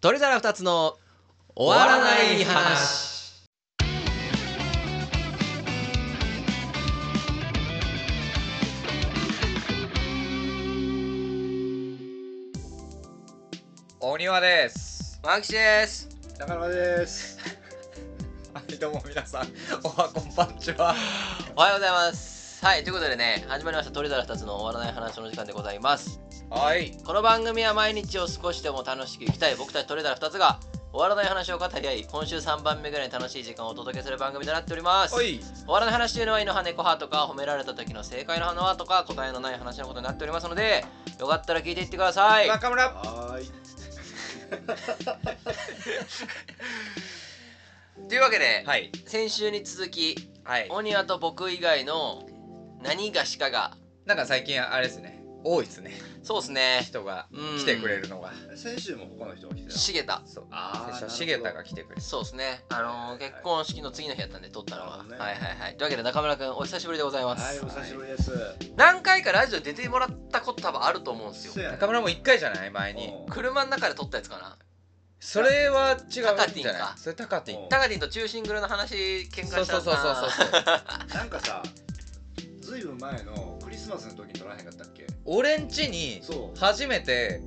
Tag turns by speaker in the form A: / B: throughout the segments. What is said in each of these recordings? A: 取り皿2つの終わらない話。お庭です。
B: マキシです。
C: 中村です。
A: はい、どうも皆さん、おはこんばんちは。
B: おはようございます。はい、ということでね、始まりました、鳥皿2つの終わらない話の時間でございます。
A: はい、
B: この番組は毎日を少しでも楽しく生きたい僕たち鳥皿2つが終わらない話を語り合い、今週3番目ぐらいに楽しい時間をお届けする番組となっております。
A: お
B: 終
A: い、
B: わらない話というのは、犬派猫派とか、褒められた時の正解の花はとか、答えのない話のことになっておりますので、よかったら聞いていってください。
A: 中村。
C: はーい。
B: というわけで、
A: はい、
B: 先週に続き、
A: はい。
B: オニアと僕以外の何がしかが、
A: なんか最近あれですね、多いですね、
B: そうですね、
A: 人が
B: うん
A: 来てくれるのが。
C: 先週も他の人が来てた。
B: 茂田。
A: そう、
C: あー
A: でしょ
C: なるほど
A: 茂田が来てくれて。
B: そうですね。あのー結婚式の次の日やったんで撮ったのは。
C: なるほどね
B: はいはいはい。というわけで中村くんお久しぶりでございま
C: はい、
B: す
C: お。久しぶりです。
B: 何回かラジオ出てもらったこと多分あると思うんです
C: せ
B: よ。
C: やね
A: 中村も1回じゃない前に。
C: うん
B: 車の中で撮ったやつかな。
A: それは違
B: タカ
A: うん
B: テ
A: じ
B: ィ
A: ゃ
B: ン
A: な
B: か
A: いそれタカティン
C: うん
B: タカティンと中シングルの話喧嘩した
A: そうそうそうそう
B: う。
A: そう
C: なんかさ、ずいぶん前のクリスマスの時に撮らへんかったっけ
A: 俺んちに
C: そう。
A: 初めて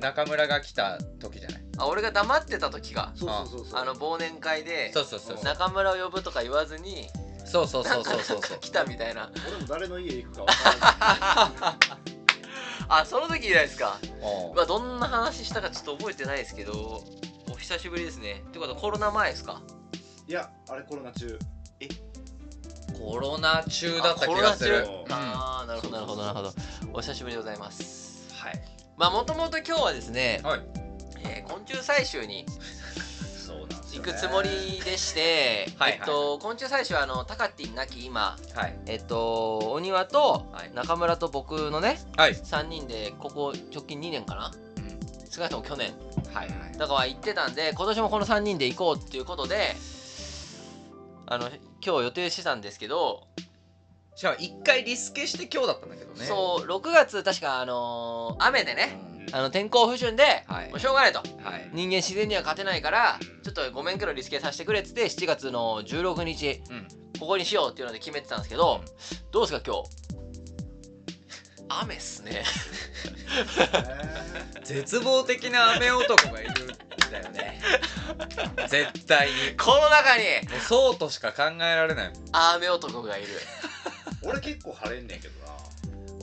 A: 中村が来た時じゃない
B: あ俺が黙ってた時か。
C: そうそうそうそう。
B: あの忘年会で
A: そうそうそうそう
B: 中村を呼ぶとか言わずに
A: そうそうそうそうそうそう
B: 来たみたいな。
C: 俺も誰の家行くか分からない。
B: あその時以来ですか。
A: おう
B: まあどんな話したかちょっと覚えてないですけど。お久しぶりですね。ってことはコロナ前ですか
C: いや、あれコロナ中。
A: コロナ中だった気がす
B: あ
A: る
C: コロ
A: うんは
C: ナ中
B: ああなるほどなるほどなるほどお久しぶりでございます
A: い
B: まあもともと今日はですね、
A: はい
B: えー昆虫採集に
C: そうなんです
B: 行
C: よ
B: くつもりでして、
A: はいはい
B: えっと、昆虫採集はあのタカティンなき今
A: はい
B: えっとお庭と
A: はい
B: 中村と僕のね
A: はい
B: 3人でここ直近2年かな少なくとも去年
A: はいはい
B: だから行ってたんで今年もこの3人で行こうっていうことであの今日予定してたんですけど
A: しかも1回リスケして今日だったんだけどね
B: そう6月確かあのー雨でね
A: ん
B: あの天候不順で、
A: はい
B: もうしょうがないと
A: はい
B: 人間自然には勝てないから
C: うん
B: ちょっとごめんけどリスケさせてくれっつって7月の16日
A: うん
B: ここにしようっていうので決めてたんですけど、どうですか今日雨っすね
C: ね
A: 絶望的な雨男がいるんだよね 絶対に
B: この中 に
A: もうそうとしか考えられない
B: 雨男がいる
C: 俺結構晴れんねんけどな。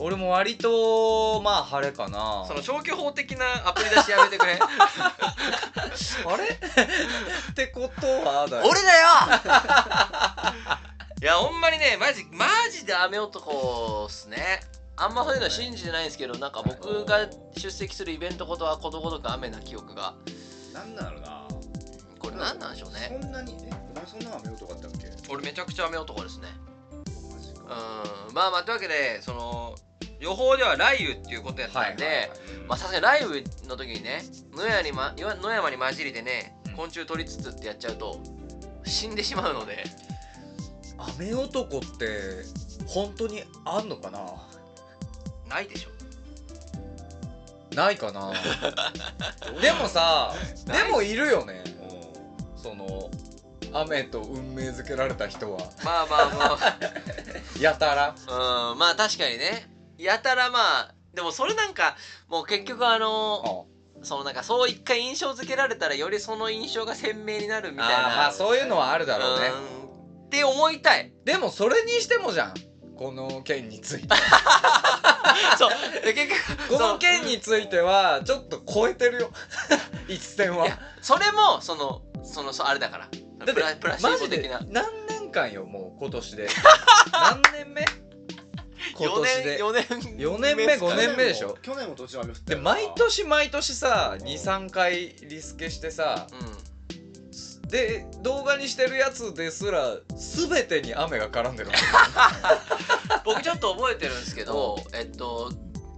A: 俺も割とまあ晴れかな
B: 消去法的なアプリ出しやめてくれ
A: あ れってことはだよ
B: 俺だよ いやほんまにねマジマジで雨男っすねあんまそういうの信じてないんですけどなんか僕が出席するイベントことはことごとく雨な記憶が
C: なんなのな。
B: これ何なんでしょうね
C: そんなに、え、お前そんな雨男だったっけ
B: 俺めちゃくちゃ雨男ですね
C: マジ
B: う
C: か。
B: んまあまあというわけでその予報では雷雨っていうことやったんで、
A: はいはい
B: まあさすがに雷雨の時にね野山に,、ま、野山に混じりでね
A: うん
B: 昆虫取りつつってやっちゃうと死んでしまうので
A: 雨男って本当にあんのかな
B: ないでしょ
A: ないか なでもさ
B: ない
A: でもいるよね
C: う
A: その雨と運命づけられた人 は
B: まあまあ
A: やたら
B: まあうんまあ確かにねやたらまあでもそれなんかもう結局あの
A: あ
B: そのなんかそう一回印象付けられたらよりその印象が鮮明になるみ
A: あ
B: たい
A: ま
B: な
A: あそういうのはあるだろうね
B: うんって思いた い
A: でもそれにしてもじゃんこの件について
B: そうで結局
A: こ
B: そ
A: の
B: う
A: 件についてはちょっと超えて るよ一線はい
B: やそれもそのそのそうあれだから
A: だ
B: プラプラシーボ的な
A: マジで何年間よもう今年 で何年目今
B: 4
A: 年
B: 年
A: で
B: 四年
A: 4年目5年目でしょ
C: 去年も途中雨降った
A: で
C: よな
A: 毎年毎年さ23回リスケしてさ
B: う
A: で動画にしてるやつですら全てに雨が絡んでる
B: ん、僕ちょっと覚えてるんですけど、えっと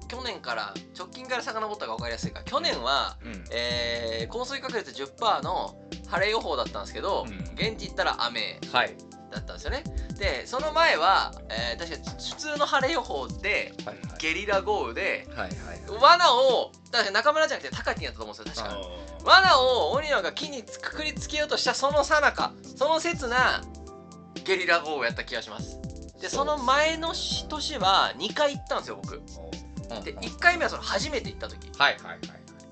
B: 去年から直近から遡ったが分かりやすいから去年は、
A: うん
B: えー降水確率10%の晴れ予報だったんですけど、
A: うん
B: 現地行ったら雨
A: はい
B: だったんですよねでその前は、えー確か普通の晴れ予報で
A: はいはい
B: ゲリラ豪雨で
A: はいはい
B: 罠をだから中村じゃなくて高木やったと思うんですよ確か
C: あ
B: 罠をオニオンが木にくくりつけようとしたその最中その刹なゲリラ豪雨やった気がしますでその前の年は2回行ったんですよ僕
C: ー
B: で1回目はその初めて行った時
A: はいはいはい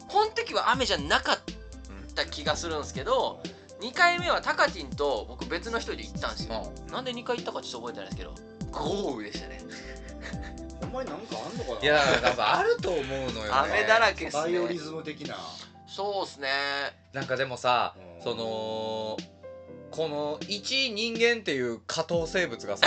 B: この時は雨じゃなかった気がするんですけど2回目はタカティンと僕別の人で行ったんですよなんで2回行ったかちょっと覚えてないですけど豪雨でしたね
C: お前なんかあんのかない
A: やだから多分あると思うのよね
B: 雨だらけっす
C: バイオリ
B: ね
C: ズム的な、
B: そうっすね
A: なんかでもさ
C: うん
A: そのこの一人間っていう下等生物がさ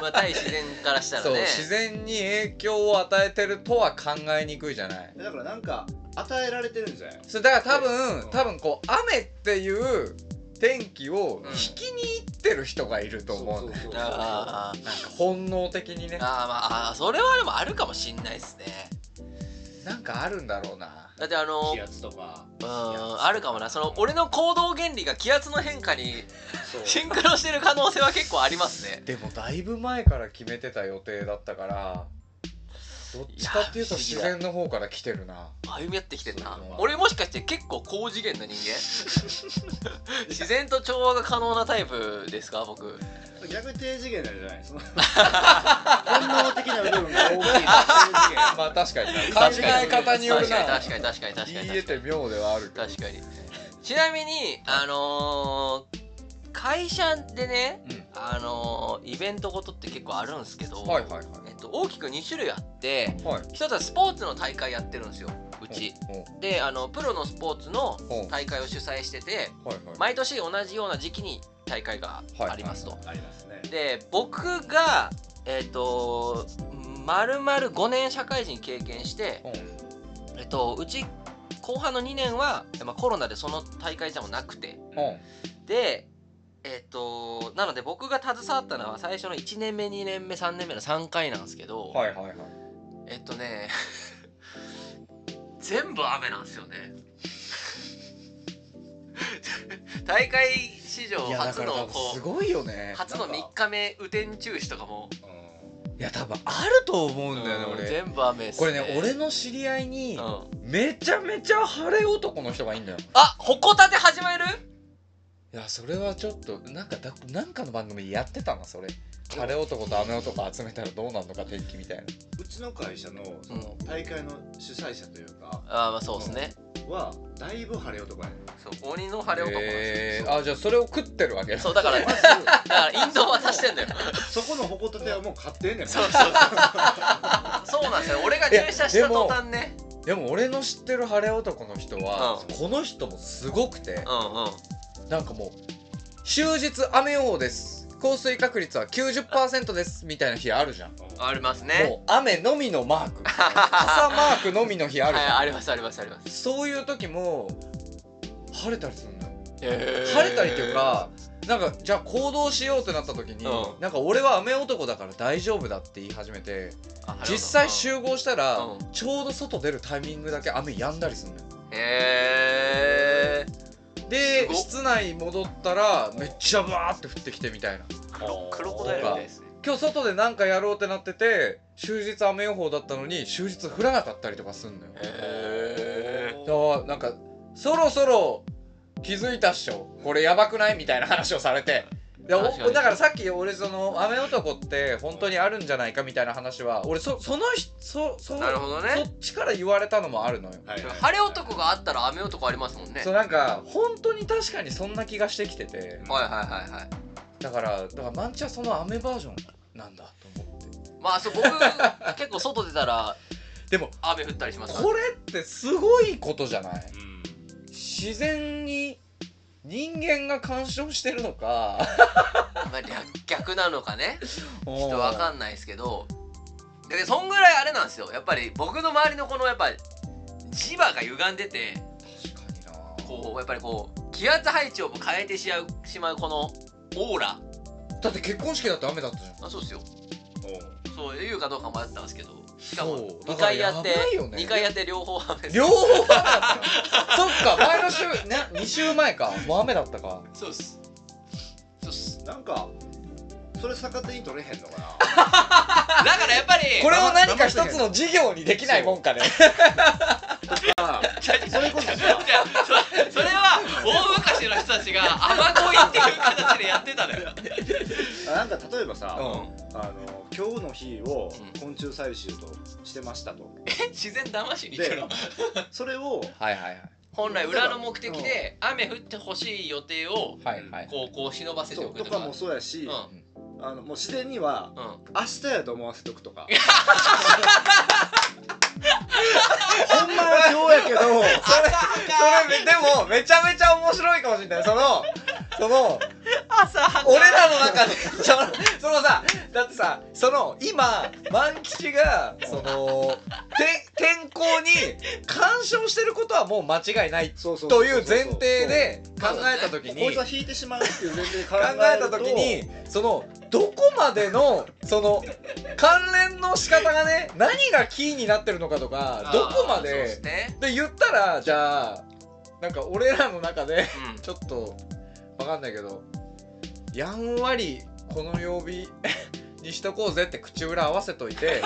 B: まあ対自然からしたら
A: そう
B: ね
A: 自然に影響を与えてるとは考えにくいじゃない
C: だからなんか与えられてるんじゃない
A: それだから多
C: うん
A: 分多分こう雨っていう天気を
B: うん
A: 引きに行ってる人がいると思う
C: そ
A: ね
C: うそうそう
B: あー
A: なんか本能的にね
B: あーまああーそれはでもあるかもしんないっすね
A: なんかあるんだろうな
B: だってあの
C: 気圧とか
B: うーんあるかもなその俺の行動原理が気圧の変化に
C: そう
B: シンクロしてる可能性は結構ありますね
A: でもだいぶ前から決めてた予定だったからどっちかっていう
B: い
A: と
B: や不
A: 自
B: 思議だ
A: 然の方から来てるな
B: 歩み寄ってきてんな
C: そうそう
B: 俺もしかして結構高次元の人間 自然と調和が可能なタイプですか僕
C: 逆に低次元なんじゃないその 本能的な部分が大きい低次元
A: まあ確かにな考
C: 確か
A: え
C: に
A: 方によるな
B: 確かに確かに確かに確かに
A: 言えて妙ではあるけど
B: 確かにちなみにあのー会社でね、
A: う
B: あのーイベントごとって結構あるんですけど、
A: はいはいは
B: えっと、大きく2種類あって
A: いはい
B: 一つはスポーツの大会やってるんですようち
A: うんうん
B: であのプロのスポーツの
A: うんは
B: 大
A: い
B: 会を主催してて
A: はい
B: 毎年同じような時期に大会がありますと、
C: ありますね
B: で僕がえっ、と丸々5年社会人経験して、
A: うん
B: えっと、うち後半の2年は、まあ、コロナでその大会じゃもなくて
A: うん
B: でえっ、となので僕が携わったのは最初の1年目2年目3年目の3回なんですけど、
A: はいはいはい
B: えっとね 全部雨なんですよね 大会史上
A: いやだ
B: 初
A: から
B: の
A: 多分
B: こ
A: す
B: う
A: ごいよね
B: 初の
C: なんか
B: 3日目雨天中止とかも
A: いや多分あると思うんだよね
B: うん
A: 俺
B: 全部雨っす
A: これね俺の知り合いに
B: うん
A: めちゃめちゃ晴れ男の人がいいんだよ
B: あほこたて始まる
A: いやそれはちょっとなんかだなんかの番組でやってたなそれ晴れ男と雨男集めたらどうなんのか天気みたいな
C: うちの会社のその大会の主催者というか
B: あーまあそうですね
C: はだいぶ晴れ男や ね
B: そう鬼の晴れ男なんです
A: へ
B: よ
A: ーあじゃあそれを食ってるわけだ
B: そうだから
C: ま
B: だ
C: ず
B: からインド渡してんだよ
C: そこの矛盾はもう買ってんねん
B: そうそうそうなんですよ俺が入社した途端ね
A: でも俺の知ってる晴れ男の人は、
B: う
A: この人もすごくて
B: う、んうん
A: なんかもう終日雨予報です降水確率は90%ですみたいな日あるじゃん
B: ありますね
A: もう雨のみのマ ーク傘マークのみの日あ
B: は
A: る
B: い
A: じゃん、
B: ありますありますあります
A: そういう時も晴れたりするんだよ晴
B: 晴
A: れたりっていうか、なんかじゃあ行動しようってなった時に、
B: うん
A: なんか俺は雨男だから大丈夫だって言い始めて
B: あ
A: 実際集合したら、
B: うん
A: ちょうど外出るタイミングだけ雨止んだりするのよ
B: へえ
A: です
B: ごっ
A: 室内戻ったらめっちゃバーって降ってきてみたいな
C: 黒
B: クロコダイルみたいですね
A: 今日外でなんかやろうってなってて終日雨予報だったのに終日降らなかったりとかすんのよ
B: へー
A: だからなんかそろそろ気づいたっしょこれやばくないみたいな話をされてでお
B: 確かに
A: だからさっき俺その雨男って本当にあるんじゃないかみたいな話は俺そそのひそそ
B: なるほどね
A: そっちから言われたのもあるのよ、
C: はいはい
B: 晴れ男があったら雨男ありますもんね
A: そうなんか本当に確かにそんな気がしてきてて
B: はいはいはいはい
A: だからだからマンチはその雨バージョンなんだと思って
B: まあそう僕結構外出たら
A: でも
B: 雨降ったりしますから
A: これってすごいことじゃない
C: うん
A: 自然に人間が干渉してるのか
B: まあ逆逆なのかね
A: ち
B: ちょっとわか
A: い
B: んないですけどでそんぐらいあれなんですよやっぱり僕の周りのこのやっぱ磁場が歪んでて
A: 確かにな
B: こうやっぱりこう気圧配置を変えてしまうしまうこのオーラ
A: だって結婚式だって雨だったじゃん
B: あそうですよ
C: おう
B: そう言うかどうか迷ったんですけどしか
A: そ
B: も
A: うだ
B: 2
A: から
B: 回やって
A: やばいよね
B: 2回やって両方雨
A: 両方雨だったのそっか前の週な2週前かもう雨だったか
B: そうっすそうっす
C: なんかそそれ逆手に取れへんのかな
B: だからやっぱり
A: これを何か一つの事業にできないもんかね
C: ああ
B: じゃあ
C: それこそ
B: じゃあ
C: さ
B: じゃあそそれは大昔の人たちが雨乞いっていう形でやってたのよ
C: なんか例えばさ、
A: う
C: あの今日の日を
B: うん
C: 昆虫採集としてましたと
B: 自然騙しに行くの
C: そ れを
A: はいはいはい
B: 本来裏の目的で雨降ってほしい予定を
A: はいはい
B: こうこう忍ばせて
C: そ
B: お
C: う
B: く
C: と
B: と
C: か
B: か
C: もそうやし、
B: う
C: あのもう自然には
B: んうん
C: 明日やと思わせとく とかほんまは今日やけど
A: それそれでもめちゃめちゃ面白いかもしれないそのその
B: 朝
A: 俺らの中でそのそのさだってさその今万吉がそのて天候に干渉してることはもう間違いない
C: そうそうそう
A: と
C: そう
A: いう前提で考えた時
C: そう
A: に
C: こいつ
A: 考
C: は引いてしまうっていう前提で考
A: えた時にそのどこまでのその関連の仕方がね何がキーになってるのかとかどこ
B: そ
A: ま
B: うっ
A: です
B: ね
A: で言ったらじゃあなんか俺らの中で
B: うん
A: ちょっとわかんないけどやんわりこの曜日 にしとこうぜって口裏合わせといて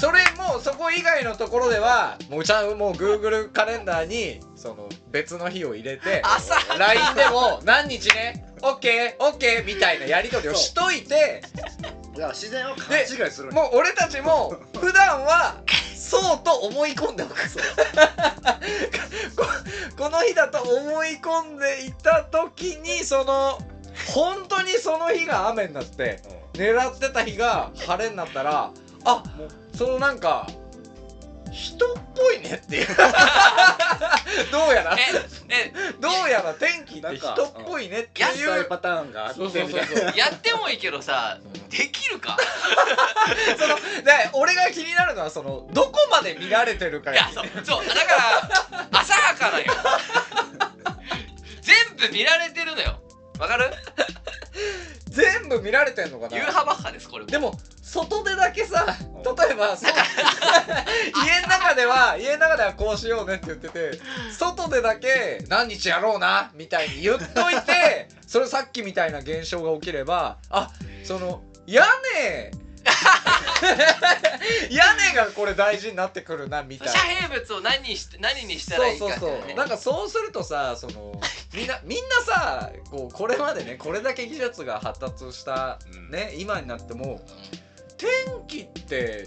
A: それもうそこ以外のところではもうちゃんもう Google カレンダーにその別の日を入れて
B: 朝
A: LINE でも何日ね OKOK みたいなやり取りをしといて
C: だから自然を勘違いするんよ
A: もう俺たちも普段はそうと思い込んでおく ここの日だと思い込んでいた時にその本当にその日が雨になって狙ってた日が晴れになったらあ
C: もう
A: そのなんか人っぽいねっていう どうやら
B: え
A: どうやら天気って人っぽいねって
C: 野
A: いう
C: 菜パターンがあって
A: そう
C: み
A: そ
C: た
A: う
C: い
A: そうそ
C: な
A: う
B: えやってもいいけどさできるか
A: そので俺が気になるのはそのどこまで見られてるか
B: い
A: よ
B: やそうそうだから浅はかなんよ全部見られてるのよわかる
A: 全部見られてんのか
B: ユー
A: な
B: ハバッハですこれ
A: でも外でだけさ
C: うん
A: 例えばそう 家の中では家の中ではこうしようねって言ってて外でだけ何日やろうなみたいに言っとい てそれさっきみたいな現象が起きればあその屋 根屋根がこれ大事になってくるなみたいな
B: 遮。蔽物を何にし何にしたらいいかって
A: そうそうそうなんかそうするとさそのみんなみんなさこうこれまでねこれだけ技術が発達した、ね今になっても天気って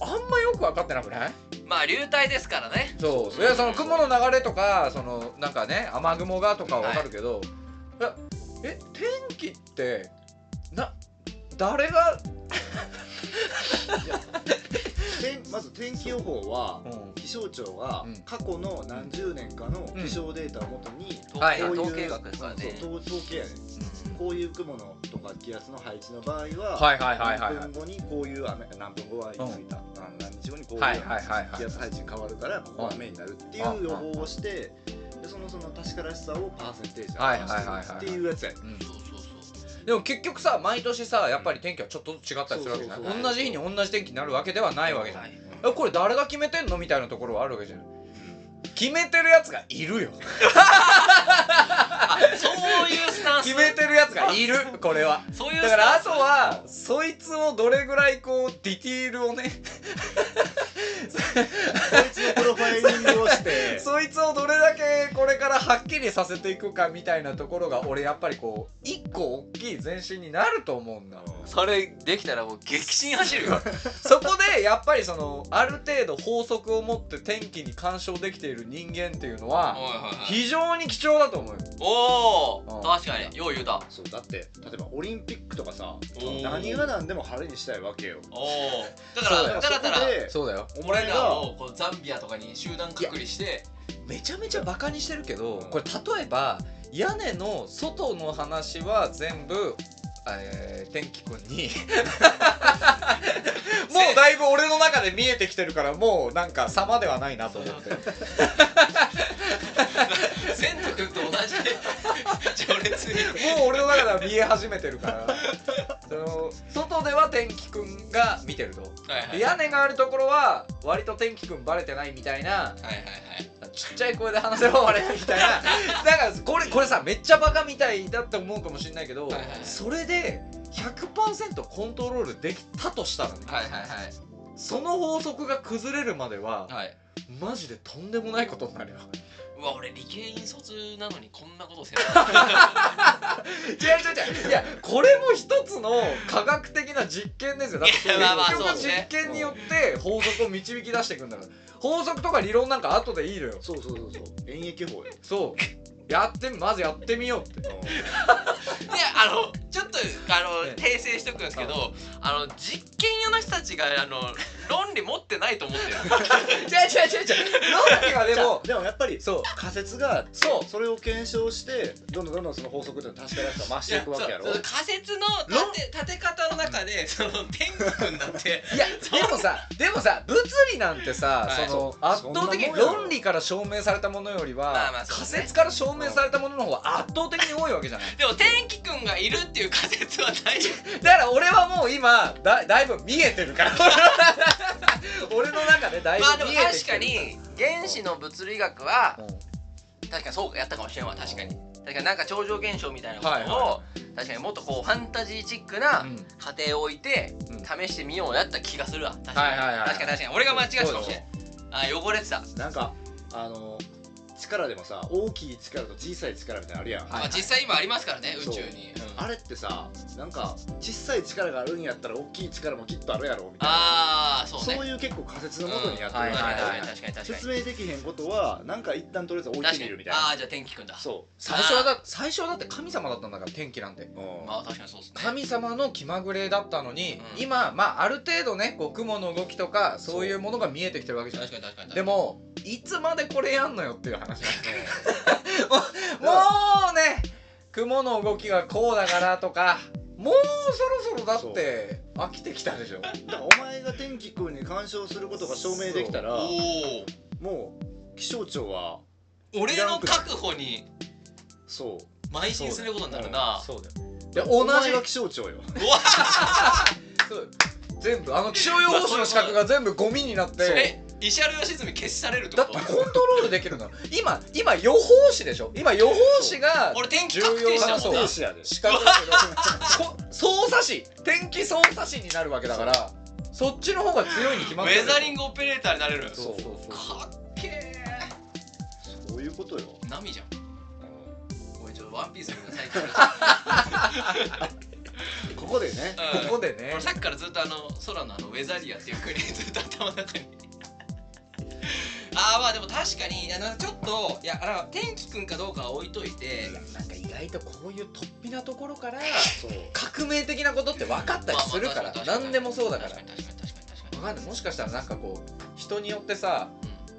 A: あんまよく分かってなくない
B: まあ流体ですからね
A: そう
B: そう
A: いやその雲の流れとかそのなんかね雨雲がとかは分かるけど、いやえ天気ってな誰が、
C: 天まず天気予報は
A: うん
C: 気象庁が
A: うん
C: 過去の何十年かの気象データをもとに
B: 統
A: はい
B: 計
A: はい
B: 統計学ですからね
C: そう統統計やねこういう雲のとか気圧の配置の場合は、
A: はいはいはいはいはい
C: 何分後にこういう雨何分後は言い過ぎた、あの何日後にこういう
A: はいはいはいはい
C: 気圧配置変わるからここは雨になるっていう予報をしてでそのその確からしさをパーセンテージで表してるっていうやつやね
A: うん
B: そうそうそう
A: でも結局さ毎年さやっぱり天気はちょっとずつ違ったりするわけじゃ
C: そう
B: そう
A: な
B: そ
A: いう同じ日に同じ天気になるわけではないわけじゃない
B: はい
A: えこれ誰が決めてんのみたいなところはあるわけじゃない決めてるやつがい るよ
B: あそういうスタンス
A: 決めてるやつがいるこれは
B: そういう
A: だからあとはそいつをどれぐらいこうディティールをね
C: こいつのプロファイリングをし て
A: そいつをどれだけこれからはっきりさせていくかみたいなところが俺やっぱりこう一個大きい前進になると思うんだ
B: それできたらもう激震走るよ
A: そこでやっぱりそのある程度法則を持って天気に干渉できている人間っていうのは非常に貴重だと思うよ
B: お
A: う
B: お
A: ん
B: 確かによう言うた
C: そうだって例えばオリンピックとかさ
B: おー
C: 何が何でも晴れにしたいわけよ
B: おおだからだらだら
C: そこで
A: そうだよ
C: お
B: 俺
C: 前
B: ら
C: が
B: をこうザンビアとかに集団隔離して
A: めちゃめちゃバカにしてるけど
C: うん
A: これ例えば屋根の外の話は全部、えー天気くん にもうだいぶ俺の中で見えてきてるからもうなんか様ではないなと思 って
B: 全徳君と同じ序列に
A: もう俺の中では見え始めてるからその外では天気くんが見てると
B: はいはい
A: で屋根があるところは割と天気くんバレてないみたいな
B: はいはいはい
A: ちっちゃい声で話せばバレるみたいななんかこれこれさめっちゃバカみたいだって思うかもしれないけど、
B: はいはいはい
A: それで100%コントロールできたとしたらね、
B: はいはい
A: その法則が崩れるまでは、
B: はい。はい。
A: マジでとんでもないことになるよ
B: うわ、俺理系院卒なのにこんなことせな。
A: 違う違う違ういやこれも一つの科学的な実験ですよだって結
B: いやまあまあそう
A: 局
B: ね
A: 実験によって法則を導き出していくんだから法則とか理論なんか後でいいのよ
C: そうそうそうそう演疫法 よ
A: そうやってまずやってみよう って
B: で、あの、ちょっと、あの、
A: ね
B: 訂正しとくんですけど、あの、実験屋の人たちが、あの、論理持ってないと思 ってる。
A: 違う違う違う違う論理はでも
C: でもやっぱり
A: そう
C: 仮説があって
A: そう
C: それを検証してどんどんどんどんその法則っていうのを確かなさ増していくわけやろ
B: そうそう仮説の
A: 論
B: 立て立て方の中でその天国になって
A: いやでもさでもさ物理なんてさ、
B: はい
A: その圧倒的に
C: そんなもんやろ
A: 論理から証明されたものよりは、
B: まあまあそう
A: 仮
B: ですね
A: 説から証明されたものの方が圧倒的に多いわけじ ゃない
B: でも天気くんがいるっていう仮説は大 丈夫
A: だから俺はもう今だだいぶ見えてるから 俺の中でだいぶ
B: まあでも
A: 見えてき
B: 確
A: てる
B: かに原子の物理学は
A: うん
B: 確かにそうやったかもしれんわ確かに確かになんか超常現象みたいなことを、
A: はいは
B: 確かにもっとこうファンタジーチックな
A: うん
B: 過程を置いて
A: うん
B: 試してみようやった気がするわ確かに、
A: はいはいはい
B: 確かに確かに俺が間違ってたかもしれんあ汚れてた、
C: なんかあの力でもさ大きい力と小さい力みたいなのあるやん、
A: はい
B: まあ、実際今ありますからね宇
C: そう
B: 宙に、うん
C: あれってさなんか小さい力があるんやったら大きい力もきっとあるやろみたいな
B: ああそう
C: そう
B: ね
C: いう結構仮説のもとにやって
A: う
C: る
A: んはい
C: わ
A: は
C: け
A: い
C: じゃ
A: は
C: ないい
B: 確かに確かに確か
C: 説
B: に
C: 明できへんことはなんか一旦とりあえず置いてみるみたい
B: ああ
C: な
B: ーじゃあ天気くんだ
C: そ
A: 最初はだ最初はだって神様だったんだから天気なんて
C: う、うん
B: まあ確かにそうですね
A: 神様の気まぐれだったのに、
B: うん
A: 今、まあ、ある程度ねこう雲の動きとかそういうものが見えてきてるわけじゃない
B: 確かに確かに
A: でもいつまでこれやんのよっていう 話
C: うん
A: もうね雲の動きがこうだからとかもうそろそろだって飽きてきたでしょ
C: だからお前が天気君に干渉することが証明できたら
B: お
C: もう気象庁は
B: お俺の確保に
C: そう
B: 邁進することになるな
A: そうだよいや
C: 同
A: 同
C: じ
A: じ
C: が気象庁よ
B: うわ
A: そう全部あの気象予報士の資格が全部ゴミになって
B: それ石原良純消しされるって
A: だ
B: こ
A: って
B: と
A: コントロールできるんだもん今今予報士でしょ今予報士が
B: 俺天気
A: 重
B: 確定
A: 要
B: した
A: な
B: も
A: そ
B: ん
A: う
B: な
C: 停止やで
A: 資格だけどこ操作士天気操作士になるわけだからそっちの方が強いに決ま
B: ウ
A: ってる
B: ェザリングオペレーターになれる
A: そうそうそう
B: かっけえ
C: そういうことよ
B: 波じゃん
C: うん
B: ごめんちょっとワンピース見なさいこ
C: ここでね
A: ここでね
B: 俺さっきからずっとあの空のあのウェザリアっていう国 ずっと頭の 中にああまあでも確かにあのちょっといやあの天気くんかどうかは置いといて
A: なんか意外とこういう突飛なところから
C: そう
A: 革命的なことって分かったりする
B: まあ
A: から
B: まあ確に
A: 何でもそうだから
B: 確かに確かに確かに確か
A: 分かんないもしかしたらなんかこう人によってさ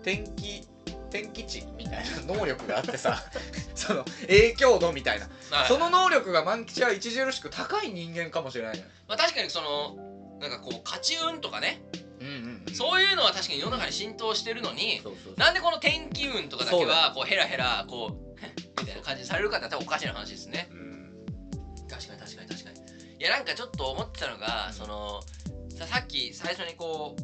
B: に
A: 天気天気値みたいな能力があってさ その影響度みたいな
B: うんはい
A: その能力が満吉は著しく高い人間かもしれないね
B: まあ確かにそのなんかこう勝ち運とかね、
A: うんうんうん
B: そういうのは確かに世の中に浸透してるのに
A: そうそう
B: なんでこの天気運とかだけ
A: そうだ
B: はこうヘラヘラこう みたいな感じにされるかって多分おかしな話ですね
C: うん
B: 確かに確かに確かにいやなんかちょっと思ってたのがそのささっき最初にこ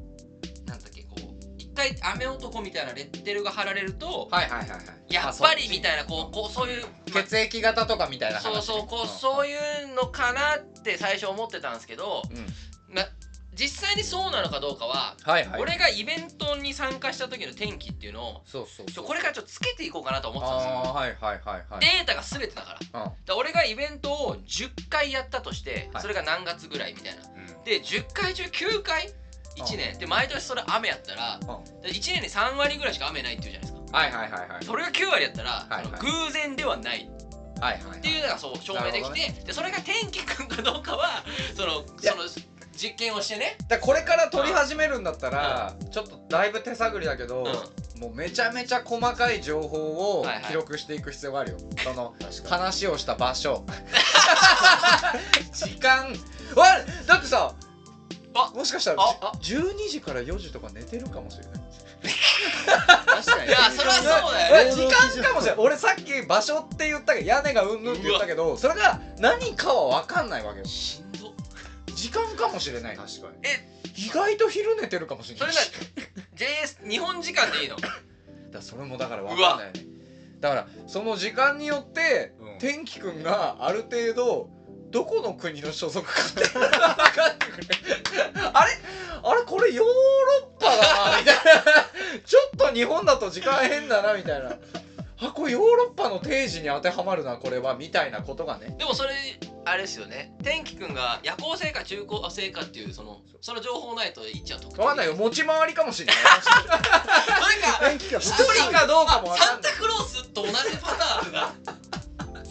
B: うなんだっけこう一回雨男みたいなレッテルが貼られると
A: はいはいはいはい
B: やっぱりみたいなこうこうそういう、まあ
A: 血液型とかみたいな話
B: そうそうこうそう
A: い
B: いうのかなって最初思ってたんですけど
A: うん、
B: な実際にそうなのかどうかは、
A: はいはい
B: 俺がイベントに参加した時の天気っていうのを
A: そうそう
B: ち
A: そ
B: ょ
A: う
B: これからちょっとつけていこうかなと思ってたんですよ
A: ああはいはいはいはい
B: データが全てだからだか
A: うん
B: ら俺がイベントを10回やったとして、
A: はい
B: それが何月ぐらいみたいなで10回中9回1年で毎年それ雨やったら
A: うん
B: 1年に3割ぐらいしか雨ないっていうじゃないですか
A: はいはいはいはい
B: それが9割やったら、
A: はいはい
B: その偶然ではない
A: はいはいは
B: っていうのがそう証明で
A: なる
B: き
A: ほど
B: て、でそれが天気くんかどうか はその
A: いや
B: その実験をしてね
A: だからこれから撮り始めるんだったら、ちょっとだいぶ手探りだけど、もうめちゃめちゃ細かい情報を
B: はいはい
A: 記録していく必要があるよ、その
C: 確か
A: 話をした場所 時間わだってさ
B: あ
A: もしかしたら
B: ああ
A: じ12時から4時とか寝てるかもしれない
C: に確かに
B: いやそれはそうだよ
A: いや時間かもしれない俺さっき場所って言ったけど屋根がうんぬんって言ったけどそれが何かは分かんないわけよ
B: しんど
A: 時間かもしれない
C: 確かに
A: 意外と昼寝てるかもしれ
B: そ
A: な
B: れ
A: い
B: な JS 日本時間でいいの
A: だからそれもだから分かんないよねだからその時間によって、
C: うん
A: 天気くんがある程度どこの国の所属かっていうのが分かってくれあれあれこれヨーロッパだなみたいなちょっと日本だと時間変だなみたいなあこれヨーロッパの定時に当てはまるなこれはみたいなことがね
B: でもそれあれですよね天気くんが夜行性か中高性かっていうそのその情報ないといっちゃうと
A: 分かんないよ持ち回りかもしれない
B: それか
C: 天気 が
A: 一人かどうかも分
B: サ
A: か
B: ン
A: ん
B: タ
A: ない
B: クロースと同じパターンが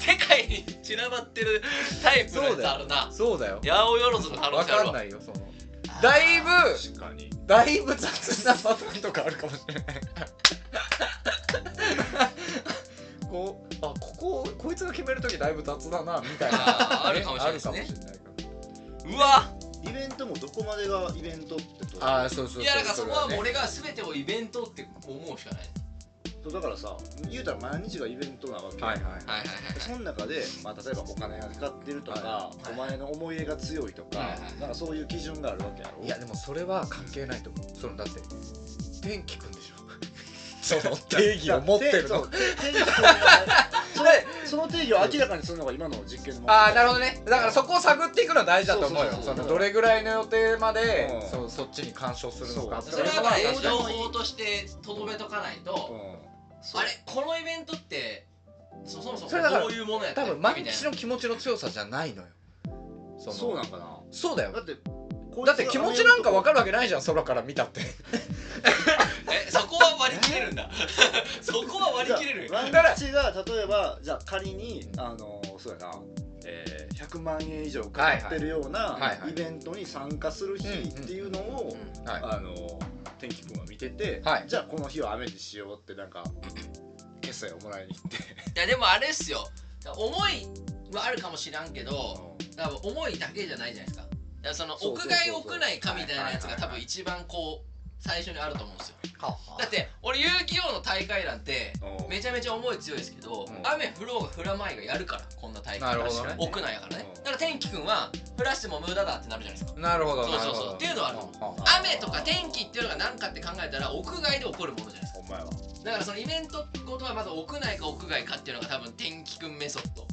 B: 世界に散らばってるタイプのやつあるな
A: そうだよ
B: 八百万の可能
A: 分
B: 性あ
A: か
B: る
A: ん
B: わ
A: ないよそのだいぶ
C: 確かに
A: だいぶ雑なパターンとかあるかもしれないこうあこここいつが決める時だいぶ雑だなみたい
B: あー
A: な
B: あるかもしれないですね
A: あるかもしれないから
B: うわ
C: イベントもどこまでがイベントってと
A: ああそうそうそう
B: いやだからそこは
A: れ
B: もう
A: ね
B: 俺が全てをイベントって思うしかない
C: そうだからさ言うたら毎日がイベントなわけ、
A: はいはい
B: はいはい
C: その中で、まあ、例えばお金が使ってるとか、
B: い
C: お前の思い入れが強いとか、
B: はいはい
C: なんかそういう基準があるわけやろ
A: いやでもそれは関係ないと思うそのだって天気くんでしょその定義を持ってるの
C: そう定義っていうのはそれその 定義を明らかにするのが今の実験の目的
A: ああなるほどねだからそこを探っていくのは大事だと思うよ
C: そうそうそう
A: そのどれぐらいの予定まで、
C: うん
A: そうそっちに干渉するのかってい
B: それ
A: う
B: はだ
A: の
B: か
A: は
B: ら
A: 確か
B: 情
A: に
B: 報としてとどめとかないとあれこのイベントってそそもそも
A: それだから
B: どういうものやった
A: 多
B: っけ
A: 分
B: みた
A: 万
B: いな
A: 吉の気持ちの強さじゃないのよ
C: う
A: そ
C: ん
A: の
C: そうなんかな
A: そうだよ
C: だってこいつ
A: だって気持ちなんか分かるわけないじゃん空から見たって
B: えそこは割り切れるんだ そこは割り切れる
C: じゃあ
A: だから
C: ワンチが例えばじゃあ仮にあのそうやなえー100万円以上かかってるよう
A: はいはい
C: な
A: はいはい
C: イベントに参加する日っていうのを
B: うん
A: はい
C: あの天気君は見てて、
A: はい
C: じゃあこの日は雨にしようってなんか決済をもらいに行って
B: いやでもあれっすよ思いはあるかもしらんけど多分思いだけじゃないじゃないですかいやその
C: そう
B: 屋
C: そうそう
B: 外
C: そう
B: 屋内かみたいなやつが
A: はいはいはいはい
B: 多分一番こう最初にあると思うんですよだ
A: だ
B: っ
A: って
B: 俺遊戯王の大会なんて
C: うん
B: めちゃめちゃ思い強いですけど、
C: うん
B: 雨降ろうが降らまいがやるからこんな大会
A: なるほどね
B: 屋内やからね
C: うん
B: だから天気くんは降らしても無駄だってなるじゃないですか
A: てなるほど
B: そうそう
A: なるほ
B: そう
A: ど
B: っていうのはある雨とか天気っていうのが何かって考えたら屋外で起こるものじゃないですか
C: お前は
B: だからそのイベントごとはまず屋内か屋外かっていうのが多分天気くんメソッド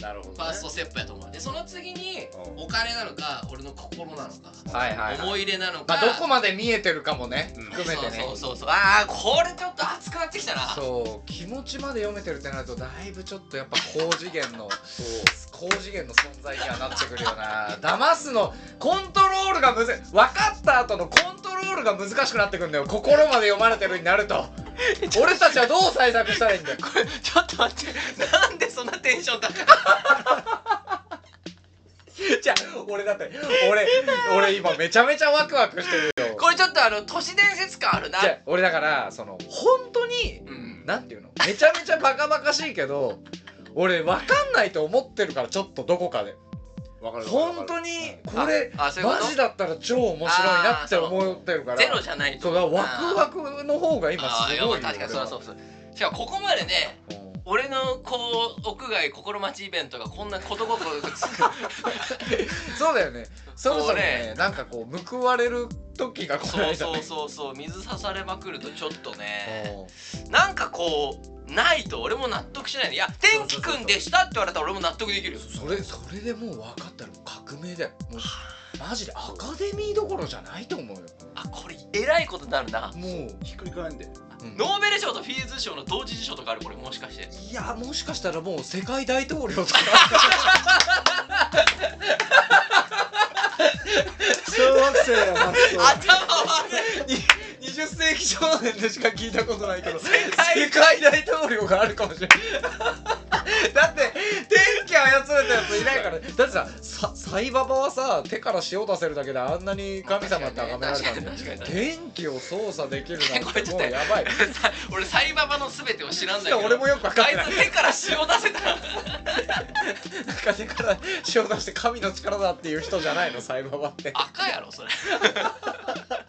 C: なるほど、ね、
B: ファーストステップやと思うでその次に
C: うん
B: お金なのか俺の心なのか
A: はいはい、はい
B: 思い入れなのか
A: まあ、どこまで見えてるかもね
C: うん
A: 含めてね
B: そうそうそうそうああこれちょっと熱くなってきたな
A: そう気持ちまで読めてるってなるとだいぶちょっとやっぱ高次元の
C: そう
A: 高次元の存在にはなってくるよな騙すのコントロールがむずい分かった後のコントロールが難しくなってくんだよ心まで読まれてるにな ると俺たちはどう対策したらいいんだよ
B: これ ちょっと待ってなんでそんなテンション高い
A: じゃあ俺だって俺俺今めちゃめちゃワクワクしてるよ
B: これちょっとあの都市伝説感あるな
A: じゃあ俺だからその本当に
B: うん
A: なんていうのめちゃめちゃバカバカしいけど俺わかんないと思ってるからちょっとどこかで
C: わかるわかるわかる
A: 本当にこれ
B: ああそういうこと
A: マジだったら超面白いなって思ってるから
B: ゼロじゃない
A: そう
B: と
A: だからワクワクの方が今
B: あー
A: す
B: や
A: ご
B: ば
A: い
B: い確かにそ
A: 俺
B: りゃ
A: は
B: そうそうしかもここまでね
A: うん
B: 俺のこう屋外心待ちイベントがこんなことごとく
A: そうだよねそもそも
B: こ
A: ねなんかこう報われる時が来な
B: そう
A: いじゃな
B: そうそ
A: い
B: うそう水刺されまくるとちょっとねなんかこうないと俺も納得しないねいや天気くんでしたって言われたら俺も納得できるよ
A: それそれでもう分かったらもう革命だよもうマジでアカデミーどころじゃないと思うよ
B: あこれえらいことになるな
A: もう、
C: ひっくり返んで
A: うん
B: ノーベル賞とフィーズ賞の同時受賞とかあるこれもしかして
A: いやもしかしたらもう世界大統領とか
C: 小学生やな
B: 頭悪い
A: 20世紀少年でしか聞いたことないけど世
B: 界
A: 界大統領があるかもしれないだって天気操れたやついないからだってささサイババはさ手から塩出せるだけであんなに神様って崇められたん
B: 確か
A: だよ
B: に確かに確か
A: 天気を操作できる なん
B: これ
A: て
B: ちょ
A: も
B: っ
A: う
B: と
A: やばい
B: さ俺サイババの全てを知らんだ
A: し
B: け
A: か
B: ど
A: も俺もよく分かっ
B: あ
A: てない
B: いつ手から塩出せた
A: なんか手から塩出して神の力だっていう人じゃないのサイババって
B: 赤やろそれ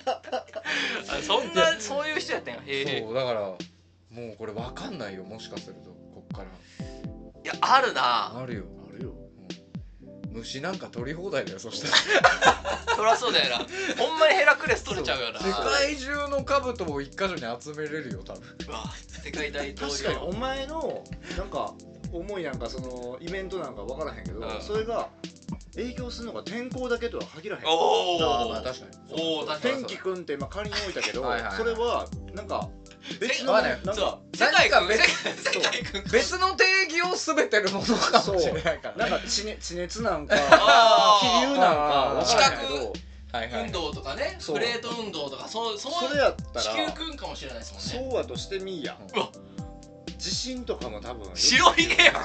B: あそんなそういう人やったんやへえ
A: そうだからもうこれ分かんないよもしかするとこっから
B: いやあるない
A: あるよ
C: あるよ
A: 虫なんか取り放題だよそしたら
B: そりゃそうだよなほんまにヘラクレス取れちゃうよ な
A: 世界中の兜を一箇所に集めれるよ多分
B: うわ世界大統領
C: 確かにお前のなんか思いなんかそのイベントなんか分からへんけど、
B: うん
C: それが営業するのが天候だけとは限らへん
B: おー
A: あーまあ確かに
B: おお確かに
C: 天気くんって今仮に置いたけど
A: はいはいはい
C: それはなんか別の
A: わかんない
C: なん
B: そ
C: か
B: う世界
A: 何
B: が
A: か別
B: 世界君
A: 別の定義をすべてるものかもしれないから
C: なん
A: ね
C: か地熱 地熱なんか
B: あ
C: 気
B: ー
C: 流なんか分からへんけど
A: はいはい
B: 運動とかね
C: そう
B: プレート運動とかそうそう
C: それやったら
B: 地球くんかもしれないですもんね
C: そうやとしてみーや
B: うわ
C: 地震とかも多分
B: 白ひ げやんや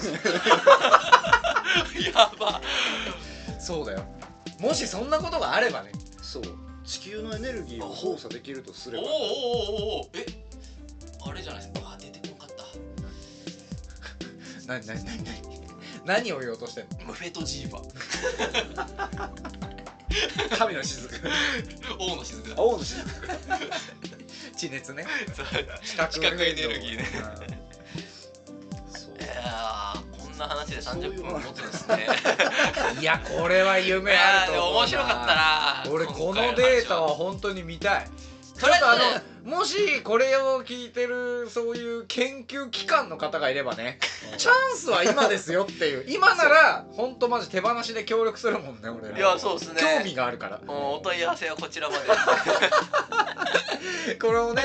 B: ば
A: そうだよもしそんなことがあればね
C: そう地球のエネルギーを操作できるとす
B: お
C: れ
B: お
C: ば
B: おおおおえあれじゃないですかあ出てこなかった
A: 何何何何何を言おうとしてんの
B: ムフェトジーバ
A: 神の雫
B: 王の雫だ
C: 青の雫
A: 地熱ね
B: そう
A: 地
B: 地殻エネルギーね
C: そう
B: いやーこんな話で30分
C: そういう
B: 持
C: の
B: つんですね
A: うんいやこれは夢
B: い
A: あ
B: や
A: る
B: ー
A: と
B: で
A: 思
B: も
A: う
B: 面白かったな
A: 俺
B: 今
A: こ
B: 回
A: のデータは
B: 話
A: 本当に見たい
B: とりあえず
A: あ
B: ね
A: のもしこれを聞いてるそういう研究機関の方がいれば ねチャンスは今ですよっていう今なら本当マジ手放しで協力するもんね俺ら
B: いやそうっすね
A: 興味があるから
B: おお問い合わせはこちらまで
A: これをね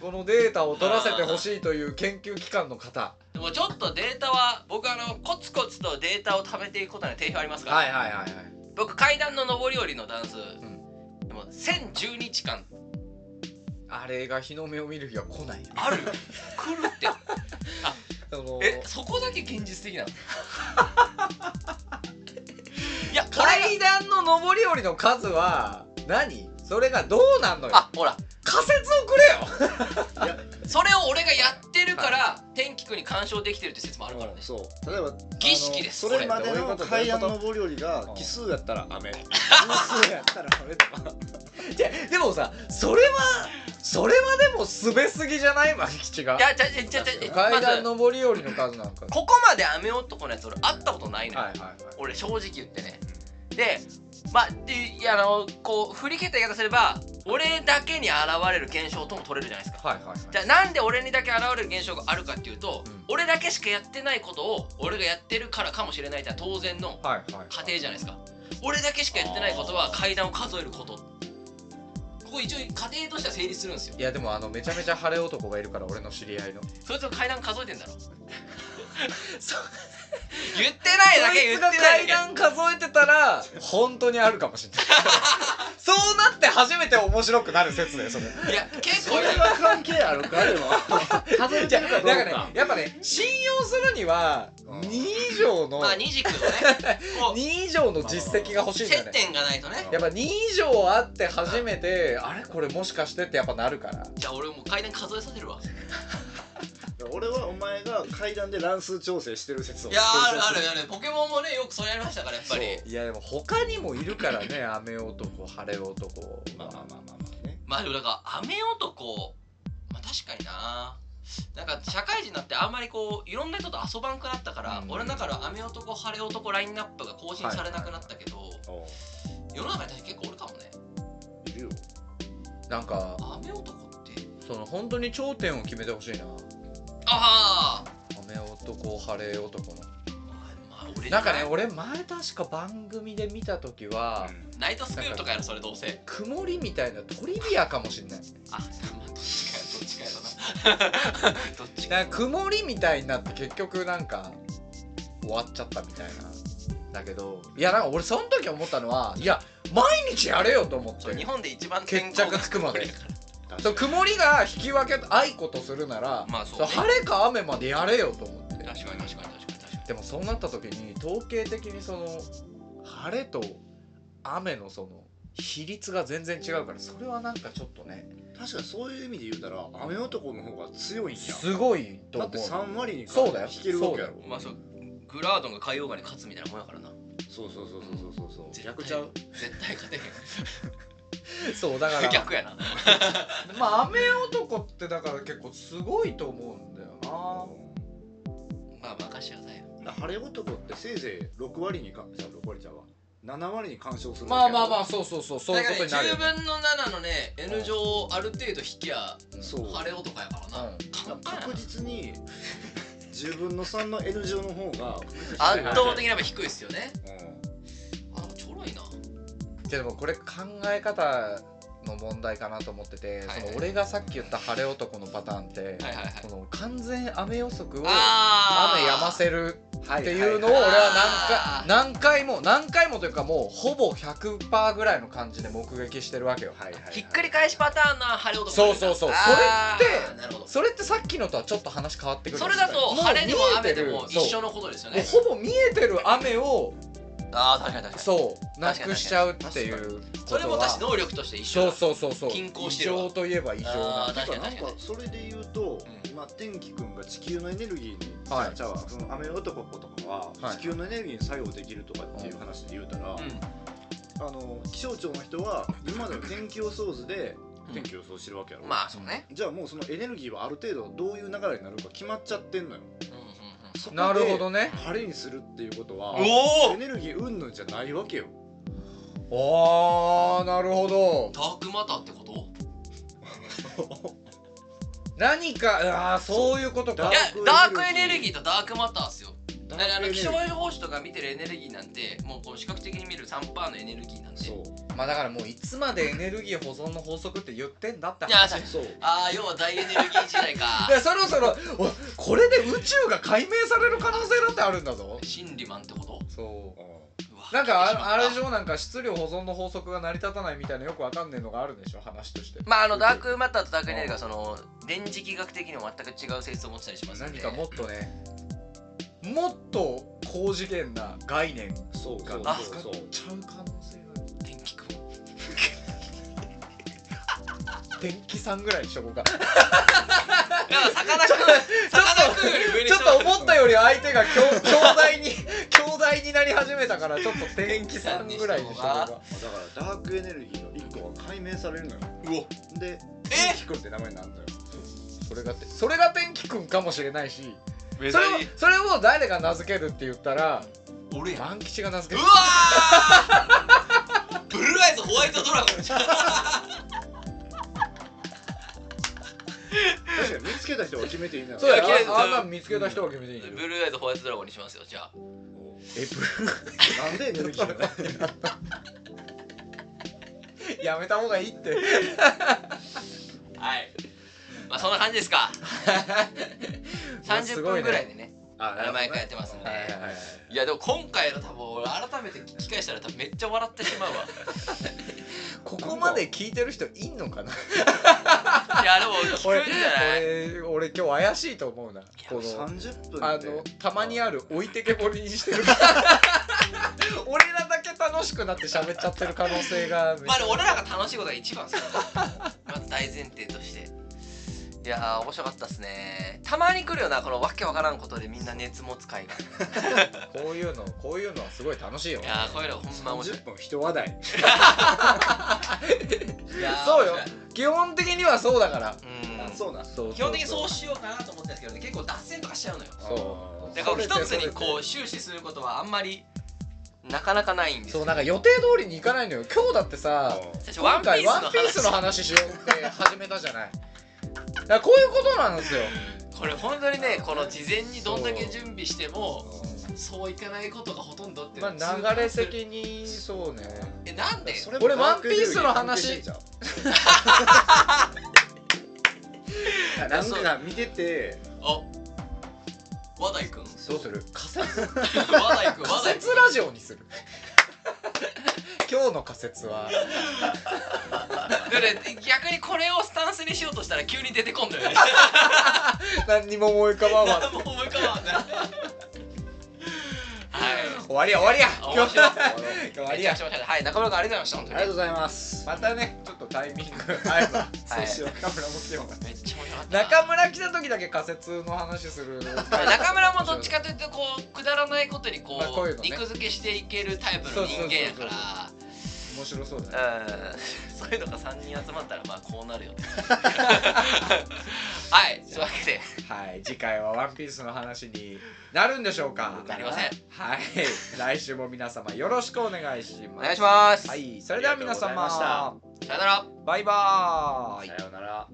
A: このデータを取らせてほしいという研究機関の方
B: でもちょっとデータは僕あのコツコツとデータを貯めていくことには定評ありますから、
A: はいはいはいはい
B: 僕階段の上り下りのダンス、
A: ん
B: でも1010日間
A: あれが日の目を見る日は来ない
B: ある来るって
A: その
B: えそこだけ現実 的なのいやこれ
A: 階段の上り下りの数は何それがどうなんのよ
B: あほら
A: 仮説をくれよ
B: それを俺がやってるから天気君に干渉できてるって説もあるからね
C: そう例えば
B: 儀式です
C: あのそれまで
A: これどういう
C: の
A: こと
C: 階段
A: どういう
C: の上り下りが
A: うん
C: 奇数やったら雨偶数やったら雨とか
A: じゃでもさそれはそれはでもすべすぎじゃない万吉が
B: いやじゃじゃじゃじゃま
A: 階段
B: ず
A: 上り下りの数なんか
B: ここまで雨男のやつ俺会ったことないのよ、
A: はいはいはい
B: 俺正直言ってねでまあでいやあのこう振り切った言い方すれば俺だけに現れる現象とも取れるじゃないですか
A: はいはいはい
B: じゃあなんで俺にだけ現れる現象があるかっていうと、
A: うん
B: 俺だけしかやってないことを俺がやってるからかもしれないってのは当然の
A: はいはい
B: 過程じゃないですか俺だけしかやってないことは階段を数えることここ一応過程としては成立するんですよ
A: いやでもあのめちゃめちゃ晴れ男がいるから俺の知り合いの
B: そいつも階段数えてんだろ
A: そ
B: 言ってないだけ言って
A: そ
B: ないい
A: つが階
B: だ
A: 段数えてたら本当にあるかもし れないそうなって初めて面白くなる説だよそれ
B: けいや結
C: そ
B: 構
C: れは関係あるかでも数え
A: じ
C: て
A: ゃ
C: る
A: あ
C: かど
A: だ
C: う
A: から
C: か
A: ねやっぱね信用するには
C: うん
A: 2以上の
B: まあ
A: 2
B: 二軸の ねこう
A: 以上の実績が欲しいんだよ
B: 接
A: ね
B: 点がないとね
A: やっぱ2以上あって初めてあれこれもしかしてってやっぱなるから
B: じゃあ俺もう階段数えさせるわ
C: 俺はお前が階段で乱数調整してる説を
B: いやーあるあるあるポケモンもねよくそれやりましたからやっぱり
A: いやでも他にもいるから ね雨男晴れ男
C: まあまあまあまあまあね
B: まあでもなんか雨男まあ確かにななんか社会人になってあんまりこういろんな人と遊ばんくなったから、
A: うん
B: 俺の中の雨男晴れ男ラインナップが更新されなくなったけど、
C: おう
B: 世の中に確かに結構おるかもね
C: いるよ
A: なんか
B: 雨男って
A: その本当に頂点を決めてほしいな
B: ああ
A: 雨男晴れ男の
B: まあ俺じ
A: な
B: ゃ
A: んか
B: い
A: ね俺前確か番組で見た時は
B: ナイトスクールとかやろそれどうせ
A: 曇りみたいなトリビアかもしんない
B: あまあどっちかやどっちかやろなどっ ちか
A: な
B: や
A: ん
B: ろ
A: か曇りみたいになって結局なんか終わっちゃったみたいなだけどいやなんか俺その時思ったのはいや毎日やれよと思っ
B: そう日
A: て
B: 本で一番
A: 決着つくまで
B: 天候が
A: その曇りが引き分けあいことするなら、
B: まあそう
A: そ
B: ね
A: う晴れか雨までやれよと思って
B: 確かに確かに確かに確かに
A: でもそうなった時に統計的にその晴れと雨のその比率が全然違うからそれはなんかちょっとね
C: 確かにそういう意味で言うたら雨男の方が強いんや
A: すごいと
C: だ
A: 思
C: っ
A: う
C: て3割に
A: そうだよ
C: 引けるわけやろ
B: まあそうグラードンが海洋ガに勝つみたいなもんやからな
C: そうそうそうそうそうそうそう
B: 絶対
C: 逆ちゃう
B: 絶対勝てへ
A: そうだか
B: ん
A: ら
B: 逆やな
A: まあ雨男ってだから結構すごいと思うんだよな
B: まあ任してくださいよ
C: だ晴れ男ってせいぜい6割にかじゃあ6割ちゃうわ7割に干渉する
A: まあまあまあそうそうそうそう
B: だ
A: いう
B: か
A: こ
B: ら
A: と
B: ね
A: にな
B: 10
A: るよ
B: 分
A: ね
B: の7のね N 乗をある程度引きゃ
A: うん
C: そう
B: 晴れ男やからな、
A: うん
B: 簡単やな
C: 確実に10分の3の N 乗の方が
B: 圧倒的にやっぱ低いですよね
C: う
B: あちょろいな
A: けどもこれ考え方の問題かなと思ってて、
B: はい
A: その俺がさっき言った晴れ男のパターンって、
B: はいはいはい
A: この完全雨予測を
B: あ
A: 雨やませる
C: ん
A: っていうのを
B: は
A: 俺
B: いはい
A: は
B: あー
A: 何回何回も何回もというかもうほぼ100%ぐらいの感じで目撃してるわけよ。
C: はいはいはいはい
B: ひっくり返しパターンな晴れ男もいるな
A: そうそうそう
B: あー
A: それって
B: なるほど
A: それってさっきのとはちょっと話変わってくる
B: それだと
A: もう
B: 晴れでも
A: 見え
B: 雨
A: て
B: で
A: る
B: も一緒のことですよ
A: そうも
B: ね
A: うほぼ見えてる雨を
B: ああ確かに確かに
A: そうな
B: 確かに
A: くしちゃうっていうこと
B: そ
A: は
B: れも私能力として一緒
A: そう
B: だ
A: そうそうそう
B: 均衡
A: 異
B: してるわ
A: 常といえば異常
B: あ
A: な
B: ー確かに
C: なん
B: 確か
C: か
B: に
C: それで言うと、
B: うん
C: まあ、天気くんが地球のエネルギーに、
A: はい
C: じゃあその雨男とか
A: は
C: はい地球のエネルギーに作用できるとかっていう話で言うたら、あの気象庁の人は今までの天気予想図で
B: うん
C: 天気予想してるわけやろ、
B: うんまあそうね
C: じゃあもうそのエネルギーはある程度どういう流れになるか決まっちゃってんのよ
B: うんうんうん
C: そこで
A: なるほどね
C: 晴れにするっていうことは
B: お
C: エネルギー云々じゃないわけよ
A: あーなるほど
B: ダークマターってこと
A: 何かあーそういうことか
C: ダ
B: い
C: ー
B: や
C: クエネ
B: ダークエネル
C: ルギー
B: ギーとダークマターっすよだからあの
C: エネルギ
B: 気
C: ー
B: 象予報士とか見てるエネルギーなんてもうこう視覚的に見る3%のエネルギーなんで
C: そう
A: まあだからもういつまでエネルギー保存の法則って言ってんだって
B: いや
A: 話
B: そう
C: そう
B: ああ要は大エネルギー時代か
A: でそろそろおこれで宇宙が解明される可能性だってあるんだぞ
B: 真理マンってこと
A: そう
B: うわ
A: うなん かああれ
B: 来て
A: 以
B: しまった
A: 上なんか質量保存の法則が成り立たないみたいなよくわかんねえのがあるんでしょ話として
B: まああのダークマターとダークエネルギーがその電磁気学的にも全く違う性質を持ってたりしますん
A: 何
B: で
A: かもっとねもっと高次元な概念が
C: そうそう
B: あ
C: そうそう
A: ちゃう可能性がある
B: 電気くん
A: 電気さんぐらいにしとこうか
B: だからさかなクンさかなクンより上に
A: ちょ
B: し
A: っ
B: てもら
A: と思ったより相手が強強大に 強大になり始めたからちょっと天気さんぐらいにしとこうか
C: だからダークエネルギーの1個が解明されるのよ
B: うお
C: で
B: え
C: 天気くんって名前になるのよ
A: それがてそれが天気くんかもしれないし
B: メ
A: それをそれを誰が名付けるって言ったら
B: 俺や
A: 万吉が名付
B: う
A: け
B: わ
A: る
B: ーブルーアイズホワイトドラゴンじゃん
C: 確かに見つけた人が決めていいんだよ
A: そうだよ
B: いや綺麗
A: ああんなの見つけた人が決めていいよ、
B: ブルーアイズホワイトドラゴンにしますよじゃあ
A: えブ
C: なんでエネルギーが
A: ルーやめた方がいいって
B: はいまあそんな感じです か30分ぐらいでね
C: あ
B: 毎回やってますんで
A: はいはいはい
B: いやでも今回の多分俺改めて聞き返したら多分めっちゃ笑ってしまう わ
A: ここまで聞いてる人いんのかない
B: やでも聞
A: 俺
B: くんじゃない
A: 俺俺今日怪しいと思うなこの
C: 30分
A: あ
C: で
A: のたまにある置いてけぼりにし てる俺らだけ楽しくなって喋っちゃってる可能性が
B: まあでも俺らが楽しいことが一番っすからまず大前提としていやー面白かったっすねたまに来るよなこのわけわからんことでみんな熱持つ会がい
A: こういうのこういうのはすごい楽しいよ
B: やーこういうのほんま面白い
C: 30分一話題
B: いやー
A: そうよ
B: 面白い
A: 基本的にはそうだから
B: うん
C: そうな
A: そうそうそう
B: 基本的にそうしようかなと思ってたんですけどね結構脱線とかしちゃうのよ
A: そう
B: だから
A: それ
B: 一
A: って
B: つにこう終始することはあんまりなかなかないんです
A: そうなんか予定通りにいかないのよ今日だってさ
B: 最初ワ
A: 今
B: ンピー
A: 回
B: スの
A: ワ
B: 話
A: ンピースの話しようって始めたじゃないだからこういうことなんですよ
B: これ本当にねこの事前にどんだけ準備してもそういかないことがほとんどって
A: ま
B: いうのを痛
A: あ流れ
B: 感する
A: 的にそうね
B: えなんで
A: れも俺ワンピースの話
C: なんか見てて
B: あ和田井くん
A: どうする仮説
B: 和田井くん
A: 仮
B: 和田井く
A: 説ラジオにする 今日の仮説は
B: んでね逆にこれをスタンスにしようとしたら急に出てこんのよ ね
A: 何にも思い浮かばんわ
B: 何も思い浮かばんないはい
A: 終わりや終わりや今
B: 面
A: 日
B: 白い
A: 終わ
B: あ
A: り
B: りが
A: や
B: とうございましたはい中村君ありがとうございました
C: ありがとう
B: 本
C: ございます
A: またねちょっとタイミング合えば
B: 当に
C: そうしよう
A: 中村も来てもらっ
B: はいめっちゃ面白かった
A: て中村来た時だけ仮説の話する
B: 中村もどっちかというとこうくだらないことにこう,、
A: まあこういうのね
B: 肉付けしていけるタイプの人間やから
A: 面白そうだね
B: うんそういうのが3人集まったらまあこうなるよねはいそういうわけで
A: はい、次回はワンピースの話になるんでしょうか。
B: なりません。
A: はい、来週も皆様よろしくお願いします。
B: お願いします、
A: はい、それでは皆
C: ありがとうございま
A: 様、
B: さよなら
A: バイバーイ。
C: さようなら。